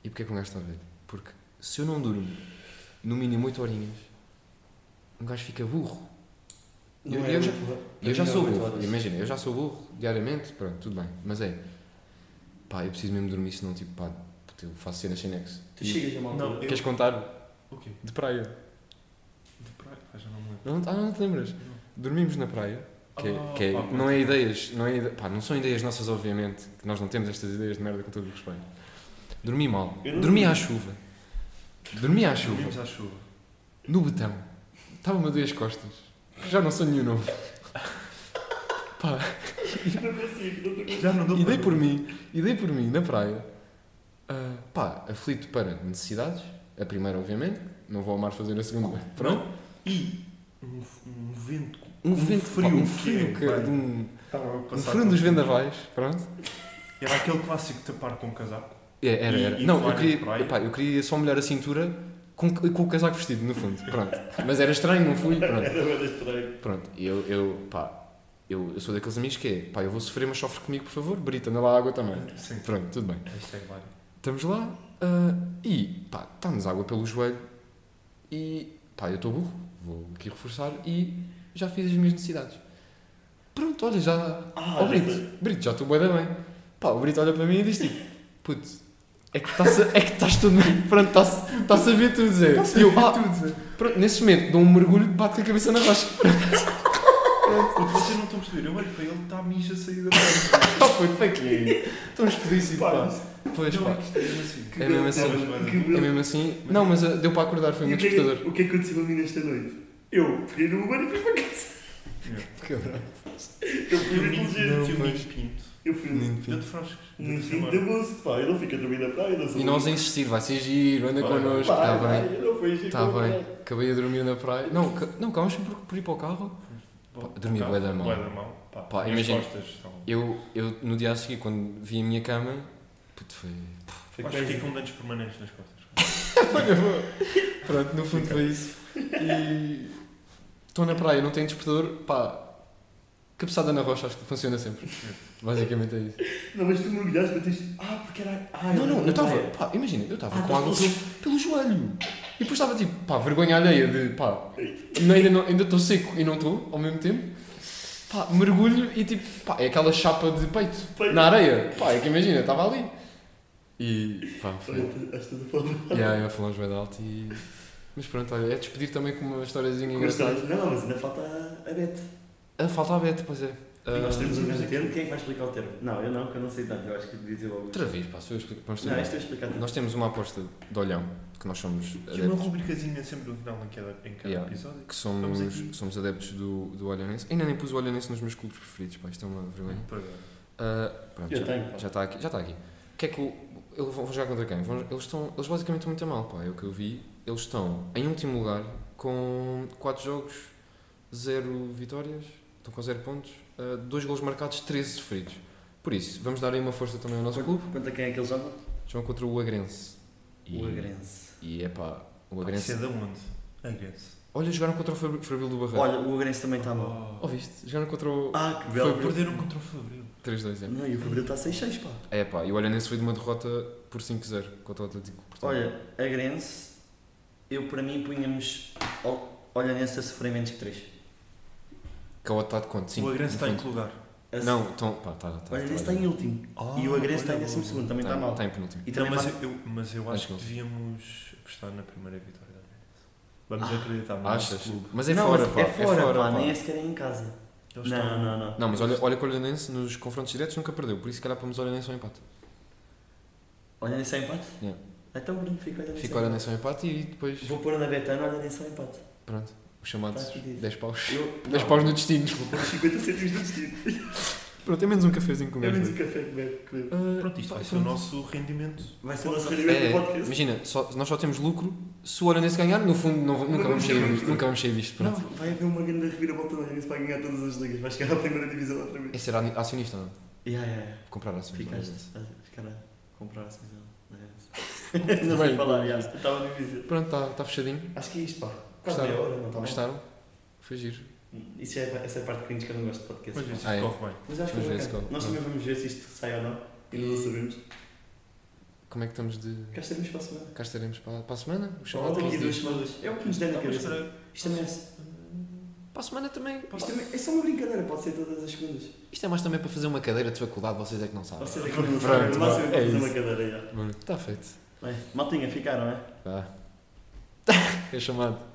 Speaker 1: E porquê que um gajo está velho? Porque se eu não durmo no mínimo 8 horinhas, um gajo fica burro.
Speaker 2: Não
Speaker 1: Eu-
Speaker 2: é
Speaker 1: eu já-
Speaker 2: muito bom.
Speaker 1: E eu já
Speaker 2: Não é
Speaker 1: sou
Speaker 2: muito
Speaker 1: burro.
Speaker 2: bom.
Speaker 1: Imagina, eu já sou burro diariamente, pronto, tudo bem. Mas é, pá, eu preciso mesmo dormir, senão tipo, pá, puto, eu faço cenas sem nexo.
Speaker 2: Tu chegas a mal.
Speaker 3: Não, eu-
Speaker 1: Queres contar?
Speaker 3: O quê?
Speaker 1: De praia.
Speaker 3: De praia? Ah, já não me lembro.
Speaker 1: Não, ah, não te lembras? Dormimos na praia. Que,
Speaker 3: Ah,
Speaker 1: que é-
Speaker 3: pá,
Speaker 1: não é ideias, não, é, ide- pá, não são ideias nossas, obviamente, que nós não temos estas ideias de merda com todo o respeito. Dormi mal.
Speaker 2: Eu não
Speaker 1: Dormi à
Speaker 2: dormi.
Speaker 1: chuva. Dormi à chuva.
Speaker 3: Dormimos à chuva.
Speaker 1: No betão. Estava-me a doer as costas. Já não sou nenhum novo. Pá,
Speaker 2: Não consigo, não consigo.
Speaker 3: Já não dou
Speaker 1: e
Speaker 3: para
Speaker 1: dei por mim, e dei por mim na praia. Ah, pá, aflito para necessidades. A primeira, obviamente. Não vou amar fazer a segunda. Pronto.
Speaker 3: E um, um vento.
Speaker 1: Um, vento frio. um
Speaker 3: que
Speaker 1: frio,
Speaker 3: é,
Speaker 1: que-
Speaker 3: bem,
Speaker 1: de um,
Speaker 3: estava a
Speaker 1: um
Speaker 3: passar
Speaker 1: frio dos
Speaker 3: por-
Speaker 1: vendavais. Pronto.
Speaker 3: Era aquele clássico de tapar com o casaco.
Speaker 1: É, era,
Speaker 3: E-
Speaker 1: era.
Speaker 3: e
Speaker 1: não,
Speaker 3: toalha
Speaker 1: eu
Speaker 3: de
Speaker 1: queria,
Speaker 3: praia.
Speaker 1: epá, eu queria só molhar a cintura com, com o casaco vestido, no fundo. Pronto. Mas era estranho, não fui? Pronto.
Speaker 2: Era bem estranho.
Speaker 1: Pronto. E Eu, eu, pá, eu, eu sou daqueles amigos que é, pá, eu vou sofrer, mas sofre comigo, por favor. Brita, anda lá à água também.
Speaker 3: Sim.
Speaker 1: Pronto, tudo bem.
Speaker 3: Isto é claro.
Speaker 1: Estamos lá ah, e, pá, está-nos água pelo joelho e, pá, eu estou burro, vou aqui reforçar e já fiz as minhas necessidades. Pronto, olha, já,
Speaker 2: Ah,
Speaker 1: Ó Brito, Brito, já estou bué da bem. Pá, o Brito olha para mim e diz tipo, puto, é que estás a- é que estás tudo bem, pronto, estás estás a ver tudo, Zé. E eu, ah, pronto, nesse momento dou um mergulho, bato com a cabeça na rocha.
Speaker 3: Puto, Vocês não estão a perceber. Eu olho para ele, está a mija a sair da boca.
Speaker 1: Pá, puto, para quê? Estamos felizes,
Speaker 2: Pá,
Speaker 1: pá. Pois,
Speaker 3: Não, é
Speaker 1: pá,
Speaker 3: que isto é mesmo assim.
Speaker 1: é mesmo assim.
Speaker 2: Que
Speaker 1: É
Speaker 2: belo.
Speaker 1: mesmo assim, não, mas ah, deu para acordar, foi
Speaker 2: E o
Speaker 1: muito
Speaker 2: que, é
Speaker 1: despertador.
Speaker 2: que, o que é que aconteceu a mim nesta noite? Eu peguei no Uber e fui para casa. Eu fui
Speaker 3: Tio Minho-
Speaker 1: Não,
Speaker 2: inteligente.
Speaker 1: mas-
Speaker 3: Tio Minho um Pinto.
Speaker 2: Eu fui no
Speaker 1: Lindo,
Speaker 3: Deu
Speaker 1: filho.
Speaker 3: de froscos. Deu de
Speaker 2: fim
Speaker 3: chamar.
Speaker 2: de agosto, pá. Eu não fico a dormir na praia, não sou
Speaker 1: E nós a
Speaker 2: burro.
Speaker 1: insistir, vai ser giro, anda
Speaker 3: Vai,
Speaker 1: connosco,
Speaker 2: Vai,
Speaker 1: está bem.
Speaker 2: vai, eu não é. fui
Speaker 1: Está bem, acabei a dormir na praia. Não, ca- não calma, por, por ir para o carro.
Speaker 3: Pá,
Speaker 1: dormi
Speaker 3: tá,
Speaker 1: bué da mal.
Speaker 3: bué da mal. Pá,
Speaker 1: Pá,
Speaker 3: minhas
Speaker 1: imagina-
Speaker 3: costas estão...
Speaker 1: Eu, eu, no dia a seguir, quando vi a minha cama, puto, foi,
Speaker 2: Foi
Speaker 1: é
Speaker 3: Acho que fiquei
Speaker 2: crazy.
Speaker 3: com danos permanentes nas costas.
Speaker 1: Olha, vou- Pronto, no fundo foi isso. E estou na praia, não tenho despertador, pá. Cabeçada na rocha, acho que funciona sempre. Basicamente é isso.
Speaker 2: Não, mas tu mergulhaste, batiste. Ah, porque era. Ah,
Speaker 1: Não, não, eu estava,
Speaker 2: era-
Speaker 1: pá, imagina, eu estava
Speaker 2: Ah,
Speaker 1: com assim. água
Speaker 2: mas-
Speaker 1: pelo, pelo joelho. E depois estava tipo, pá, vergonha alheia de, pá, não- ainda estou ainda estou seco e não estou ao mesmo tempo. Pá, mergulho e tipo, pá, é aquela chapa de peito
Speaker 2: Peito.
Speaker 1: na areia. Pá, é que imagina, estava ali. E, pá, foi.
Speaker 2: Olha, Acho que estou a falar.
Speaker 1: Yeah, yeah, falamos bem de alto e. Mas pronto, olha, é despedir também com uma historiazinha engraçada.
Speaker 2: Gostaste? Não, mas ainda falta a Bete.
Speaker 1: Ah, falta a Beto, pois é.
Speaker 2: E nós
Speaker 1: Ah,
Speaker 2: temos um grande termo, quem é que vai explicar o termo? Não, eu não, porque eu não sei tanto, eu acho que devia dizer logo.
Speaker 1: Outra vez, pá, se eu explico para
Speaker 2: Não, isto é eu explicar tudo.
Speaker 1: Nós temos uma aposta de olhão, que nós somos
Speaker 3: E uma
Speaker 1: adeptos,
Speaker 3: rubricazinha sempre no final em cada, em cada
Speaker 1: Yeah.
Speaker 3: episódio.
Speaker 1: que
Speaker 3: Vamos aqui.
Speaker 1: somos, somos adeptos do, do olhanense. Ainda nem pus o olhanense nos meus clubes preferidos, pá, isto é uma vergonha.
Speaker 3: Para ver.
Speaker 1: Ah, pronto,
Speaker 2: Eu
Speaker 1: já,
Speaker 2: tenho, pá.
Speaker 1: já está aqui. Já está aqui. O que é que o, eu vou vou jogar contra quem? Vão- eles, estão, eles basicamente estão muito a mal, pá, é o que eu vi. Eles estão em último lugar com 4 jogos, 0 vitórias, estão com 0 pontos, 2 gols marcados, 13 sofridos. Por isso, vamos dar aí uma força também ao nosso clube.
Speaker 2: Quanto a quem é que ele joga?
Speaker 1: Jogam contra o Agrense.
Speaker 2: O Agrense.
Speaker 1: E é pá, o
Speaker 3: Isso é
Speaker 1: Agrense.
Speaker 3: de onde? Agrense.
Speaker 1: Olha, jogaram contra o Fabri- Fabril do Barreiro.
Speaker 2: Olha, o Agrense também tá está mal.
Speaker 3: Oh.
Speaker 1: Ouviste? Jogaram contra o é.
Speaker 2: Ah, que
Speaker 1: Foi
Speaker 2: belo.
Speaker 3: Perderam contra o Fabril.
Speaker 1: 3-2.
Speaker 2: Não, e o Fabril está 6-6, pá.
Speaker 1: É É pá, e o Olhanense foi de uma derrota por 5-0 contra o Atlético. Portanto,
Speaker 2: Olha, Agrense, eu para mim punhamos. ol- Olha, nesse a sofrer menos que 3.
Speaker 1: Cauã está é de conto, sim.
Speaker 3: o
Speaker 1: no
Speaker 3: Agrense está em
Speaker 1: fundo.
Speaker 3: que lugar?
Speaker 1: Não, então, pá, está.
Speaker 2: Olha, nesse está em último.
Speaker 3: Ah,
Speaker 2: E o Agrense está em 12, também
Speaker 3: tá
Speaker 2: está tá mal.
Speaker 1: Está tá, em penúltimo.
Speaker 2: E
Speaker 3: Não,
Speaker 2: também
Speaker 3: mas,
Speaker 2: vai-
Speaker 3: eu, mas eu
Speaker 1: Acho
Speaker 3: acho
Speaker 1: que
Speaker 3: que
Speaker 1: não.
Speaker 3: devíamos apostar na primeira vitória da Agrense. Vamos acreditar mais no
Speaker 1: Ah, Achas?
Speaker 3: clube.
Speaker 1: Mas é
Speaker 2: Não,
Speaker 1: fora,
Speaker 2: mas
Speaker 1: pá.
Speaker 2: É fora, pá,
Speaker 1: pá.
Speaker 2: nem é sequer é em casa.
Speaker 3: Eles
Speaker 2: não,
Speaker 3: estão-
Speaker 2: não, não.
Speaker 1: Não, mas olha, olha que o Olhanense nos confrontos diretos nunca perdeu. Por isso, se calhar, para o Olhanense é um empate.
Speaker 2: Olha, nesse é empate?
Speaker 1: Yeah.
Speaker 2: Então, Bruno, fica olha nesse
Speaker 1: Fica o Olhanense é um empate e depois,
Speaker 2: Vou pôr na Betano, olha, nesse é empate.
Speaker 1: pronto, os chamados
Speaker 2: Tá pedido.
Speaker 1: 10 paus.
Speaker 2: Eu,
Speaker 1: 10
Speaker 2: não,
Speaker 1: paus no destino.
Speaker 2: Vou pôr 50 cêntimos no destino.
Speaker 1: Pronto, é menos um cafezinho com
Speaker 3: É menos
Speaker 1: gajo.
Speaker 3: o café que bebe. que bebe.
Speaker 1: Ah,
Speaker 3: Pronto, isto
Speaker 1: pá,
Speaker 3: vai ser o nosso rendimento.
Speaker 2: Vai ser o nosso rendimento
Speaker 1: É,
Speaker 2: do podcast.
Speaker 1: imagina, só- nós só temos lucro se o Oranense ganhar, no fundo não- nunca, vamos sair disto, nunca vamos sair disto.
Speaker 2: Não,
Speaker 1: Pronto.
Speaker 2: vai haver uma grande reviravolta do Rennes vai ganhar todas as ligas. Vai chegar à primeira divisão outra vez.
Speaker 1: É ser ani- acionista, não?
Speaker 2: Yeah, yeah, yeah.
Speaker 1: Comprar ações. é? do
Speaker 2: Ficaste
Speaker 1: Oranense.
Speaker 2: a ficar a comprar a divisão da Rennes. Não sei
Speaker 1: Bem.
Speaker 2: falar, já. Estava difícil.
Speaker 1: Pronto, está tá fechadinho.
Speaker 2: Acho que é isto, pá. Quase
Speaker 1: Gostaram?
Speaker 2: meia hora, não está mal.
Speaker 1: Gostaram? Foi giro.
Speaker 2: Isso já é essa é a parte cringe que eu não gosto de podcast.
Speaker 3: Mas isso
Speaker 1: Ah, é.
Speaker 3: corre bem.
Speaker 2: Mas acho que é
Speaker 1: Vamos ver
Speaker 2: bacana.
Speaker 1: se corre.
Speaker 2: Nós também vamos ver se isto sai ou não. E não sabemos.
Speaker 1: Como é que estamos de.
Speaker 2: Cá estaremos para a semana.
Speaker 1: Cá estaremos para, para a semana? O
Speaker 2: Ou
Speaker 1: chamado
Speaker 2: daqui a
Speaker 1: 15
Speaker 2: duas
Speaker 1: dias.
Speaker 2: semanas. É o que nos der na
Speaker 3: Não, mas
Speaker 2: cabeça.
Speaker 3: espera.
Speaker 2: Isto também é,
Speaker 1: Para a semana também.
Speaker 2: isto também é só uma brincadeira, pode ser todas as segundas.
Speaker 1: Isto é mais também para fazer uma cadeira de faculdade, vocês é que não sabem.
Speaker 2: Pode ser aqui no
Speaker 1: Pronto,
Speaker 2: máximo
Speaker 1: é
Speaker 2: é fazer
Speaker 1: isso.
Speaker 2: uma cadeira já.
Speaker 1: Está feito.
Speaker 2: Bem, maltinha, ficaram, é?
Speaker 1: Vá. É chamado.